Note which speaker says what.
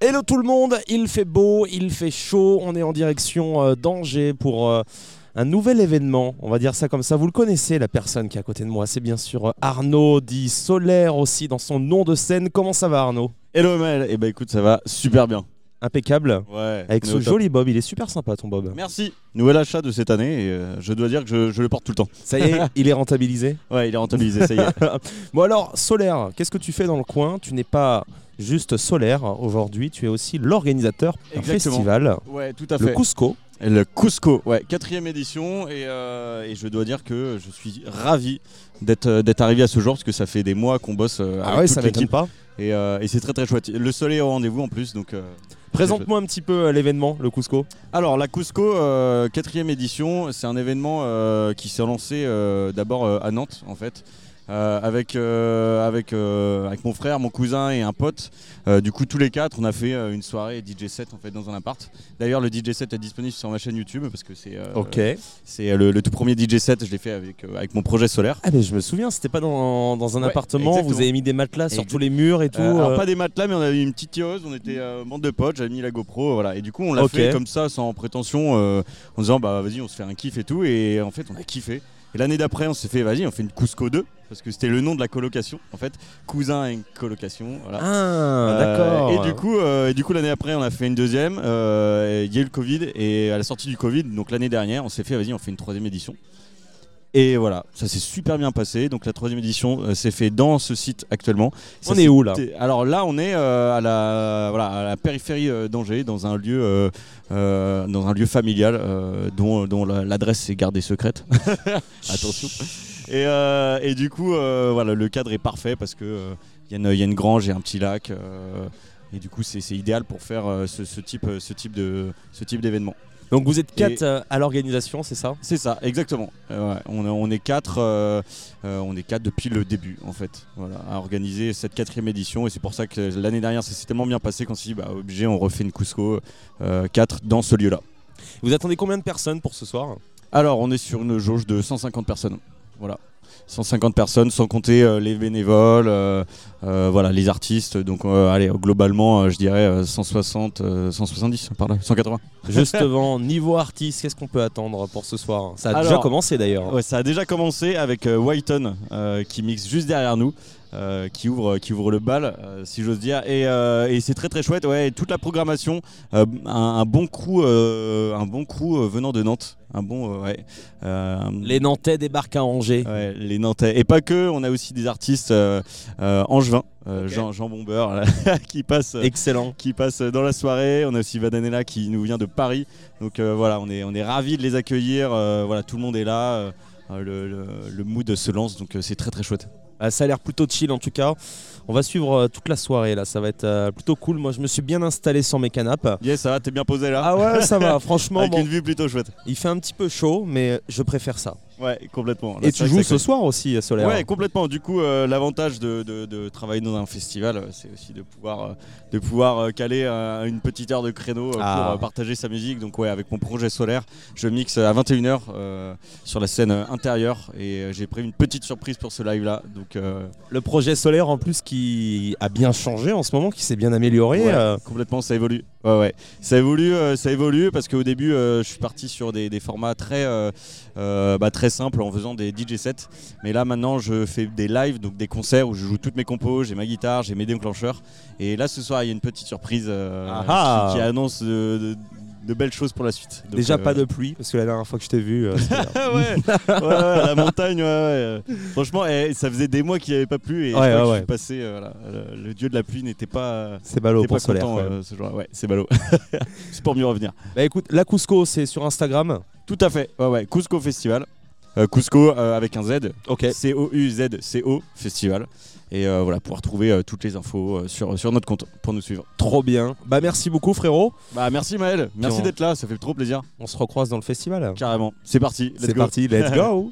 Speaker 1: Hello tout le monde, il fait beau, il fait chaud, on est en direction euh, d'Angers pour euh, un nouvel événement, on va dire ça comme ça. Vous le connaissez, la personne qui est à côté de moi, c'est bien sûr euh, Arnaud, dit Solaire aussi dans son nom de scène. Comment ça va Arnaud
Speaker 2: Hello Maël, et bah écoute ça va super bien.
Speaker 1: Impeccable.
Speaker 2: Ouais.
Speaker 1: Avec
Speaker 2: on est
Speaker 1: ce
Speaker 2: au top.
Speaker 1: joli Bob, il est super sympa ton Bob.
Speaker 2: Merci. Nouvel achat de cette année et euh, je dois dire que je, je le porte tout le temps.
Speaker 1: Ça y est, il est rentabilisé.
Speaker 2: Ouais, il est rentabilisé, ça y est.
Speaker 1: Bon alors, Solaire, qu'est-ce que tu fais dans le coin Tu n'es pas juste Solaire aujourd'hui, tu es aussi l'organisateur d'un
Speaker 2: Exactement.
Speaker 1: festival,
Speaker 2: Ouais, tout à
Speaker 1: le
Speaker 2: fait.
Speaker 1: Cusco.
Speaker 2: Le Cusco, ouais, quatrième édition et, euh, et je dois dire que je suis ravi d'être euh, d'être arrivé à ce jour parce que ça fait des mois qu'on bosse euh, avec
Speaker 1: Ah ouais,
Speaker 2: toute
Speaker 1: ça m'étonne
Speaker 2: l'équipe
Speaker 1: pas.
Speaker 2: et, euh, et c'est très très chouette. Le soleil est au rendez-vous en plus donc. euh,
Speaker 1: Présente-moi un petit peu euh, l'événement, le Cusco.
Speaker 2: Alors la Cusco, euh, quatrième édition, c'est un événement euh, qui s'est lancé euh, d'abord euh, à Nantes en fait. euh, avec, euh, avec, euh, avec mon frère, mon cousin et un pote. Euh, du coup, tous les quatre, on a fait euh, une soirée DJ set en fait dans un appart. D'ailleurs, le DJ set est disponible sur ma chaîne YouTube parce que c'est euh, c'est euh, le, le tout premier DJ set. Je l'ai fait avec, euh, avec mon projet solaire.
Speaker 1: Ah mais je me souviens, c'était pas dans, dans un
Speaker 2: Ouais,
Speaker 1: appartement,
Speaker 2: exactement.
Speaker 1: vous avez mis des matelas sur
Speaker 2: Exact-
Speaker 1: tous les murs et tout.
Speaker 2: Euh, alors,
Speaker 1: euh,
Speaker 2: pas des matelas, mais on avait une petite tireuse, on était euh, bande de potes, j'avais mis la GoPro, euh, voilà. Et du coup, on l'a
Speaker 1: Ok.
Speaker 2: fait comme ça, sans prétention, euh, en disant, bah vas-y, on se fait un kiff et tout. Et en fait, on a kiffé. Et l'année d'après, on s'est fait, vas-y, on fait une Cusco 2, parce que c'était le nom de la colocation, en fait. Cousin et une colocation, voilà.
Speaker 1: Ah,
Speaker 2: Euh,
Speaker 1: d'accord.
Speaker 2: et du coup, euh, et du coup l'année après, on a fait une deuxième. euh, et Il y a eu le Covid, et à la sortie du Covid, donc l'année dernière, on s'est fait, vas-y, on fait une troisième édition. Et voilà, ça s'est super bien passé. Donc la troisième édition euh, s'est fait dans ce site actuellement. Ça
Speaker 1: on
Speaker 2: s'est
Speaker 1: est où là
Speaker 2: T'es- Alors là, on est euh, à, la, voilà, à la périphérie euh, d'Angers, dans un lieu, euh, euh, dans un lieu familial euh, dont, dont la- l'adresse est gardée secrète. Attention. Et, euh, et du coup, euh, voilà, le cadre est parfait parce que euh, il y, a une- il y a une grange et un petit lac. euh, et du coup, c'est c'est idéal pour faire euh, ce, ce type, euh, ce type de, ce type d'événement.
Speaker 1: Donc vous êtes quatre
Speaker 2: Et-
Speaker 1: euh, à l'organisation, c'est ça
Speaker 2: C'est ça, exactement. Euh, ouais, on, on est quatre, euh, euh, on est quatre depuis le début en fait, voilà, à organiser cette quatrième édition et c'est pour ça que l'année dernière ça s'est tellement bien passé qu'on s'est dit bah obligé on refait une Cusco euh, 4 dans ce lieu-là.
Speaker 1: Vous attendez combien de personnes pour ce soir
Speaker 2: Alors on est sur une jauge de 150 personnes, voilà. 150 personnes sans compter euh, les bénévoles, euh, euh, voilà les artistes. Donc euh, allez globalement euh, je dirais euh, 160, euh, 170 par là, 180.
Speaker 1: Justement, niveau artiste, qu'est-ce qu'on peut attendre pour ce soir Ça a déjà
Speaker 2: Alors-
Speaker 1: commencé d'ailleurs.
Speaker 2: Ouais, ça a déjà commencé avec euh, Whiton euh, qui mixe juste derrière nous, euh, qui ouvre qui ouvre le bal, euh, si j'ose dire. Et, euh, et c'est très très chouette. Ouais, et toute la programmation, euh, un, un bon crew, euh, un bon crew euh, venant de Nantes, un bon euh, ouais. euh,
Speaker 1: Les Nantais débarquent à Angers.
Speaker 2: ouais, les Nantais. Et pas que, on a aussi des artistes euh, euh, angevins, euh,
Speaker 1: Ok.
Speaker 2: Jean, Jean Bomber, là, qui passe
Speaker 1: Euh,
Speaker 2: euh,
Speaker 1: Excellent.
Speaker 2: qui passe dans la soirée. On a aussi Vananella qui nous vient de Paris. Donc euh, voilà, on est, on est ravis de les accueillir. Euh, voilà, tout le monde est là. Euh, le, le- le mood se lance, donc euh, c'est très très chouette.
Speaker 1: Ah, ça a l'air plutôt chill en tout cas. On va suivre euh, toute la soirée là, ça va être euh, plutôt cool. Moi je me suis bien installé sur mes canapes.
Speaker 2: Yes, ça va, t'es bien posé là
Speaker 1: Ah ouais, ça va, franchement.
Speaker 2: Avec
Speaker 1: bon.
Speaker 2: une vue plutôt chouette.
Speaker 1: Il fait un petit peu chaud, mais je préfère ça.
Speaker 2: Ouais, complètement. Là,
Speaker 1: Et tu
Speaker 2: c'est vrai que
Speaker 1: joues ce
Speaker 2: ça
Speaker 1: soir aussi, Solaire
Speaker 2: Ouais, complètement. Du coup, euh, l'avantage de, de- de travailler dans un festival, euh, c'est aussi de pouvoir, euh, de pouvoir euh, caler euh, une petite heure de créneau euh,
Speaker 1: Ah.
Speaker 2: pour euh, partager sa musique. Donc, ouais, avec mon projet solaire, je mixe euh, à 21h sur la scène euh, intérieure et euh, j'ai prévu une petite surprise pour ce live-là. Donc, euh,
Speaker 1: Le projet Solaire, en plus, qui a bien changé en ce moment, qui s'est bien amélioré.
Speaker 2: Ouais,
Speaker 1: euh,
Speaker 2: complètement, ça évolue. Ouais, ouais. Ça évolue, euh, ça évolue parce qu'au début, euh, je suis parti sur des, des formats très, euh, euh, bah, très simples en faisant des DJ sets. Mais là, maintenant, je fais des lives, donc des concerts où je joue toutes mes compos, j'ai ma guitare, j'ai mes déclencheurs. Et là, ce soir, il y a une petite surprise euh,
Speaker 1: Ah ah
Speaker 2: qui, qui annonce de, de- de belles choses pour la suite. Donc,
Speaker 1: déjà
Speaker 2: euh,
Speaker 1: pas de pluie, parce que la dernière fois que je t'ai vu, euh, c'était-
Speaker 2: Ah ouais, ouais, ouais, la montagne, ouais, ouais. euh, Franchement, eh, ça faisait des mois qu'il n'y avait pas plu et je
Speaker 1: Ouais,
Speaker 2: crois que
Speaker 1: ouais,
Speaker 2: je
Speaker 1: ouais.
Speaker 2: suis passé. euh, voilà, euh, le dieu de la pluie n'était pas. euh,
Speaker 1: c'est ballot
Speaker 2: T'es
Speaker 1: pour
Speaker 2: pas
Speaker 1: Solaire.
Speaker 2: content,
Speaker 1: quand même.
Speaker 2: euh, ce jour-là. Ouais, c'est ballot. c'est pour mieux revenir.
Speaker 1: Bah écoute, la Cusco, c'est sur Instagram.
Speaker 2: Tout à fait. Ouais, ouais. Cusco Festival. Euh, Cusco euh, avec un Z.
Speaker 1: Ok.
Speaker 2: C-O-U-Z-C-O Festival. Et euh, voilà, pouvoir trouver euh, toutes les infos euh, sur, sur notre compte pour nous suivre.
Speaker 1: Trop bien. Bah merci beaucoup, frérot.
Speaker 2: Bah, merci Maël. Merci
Speaker 1: on-
Speaker 2: d'être là. Ça fait trop plaisir.
Speaker 1: On se recroise dans le festival.
Speaker 2: Carrément. C'est parti. Let's
Speaker 1: C'est
Speaker 2: go.
Speaker 1: parti, let's go.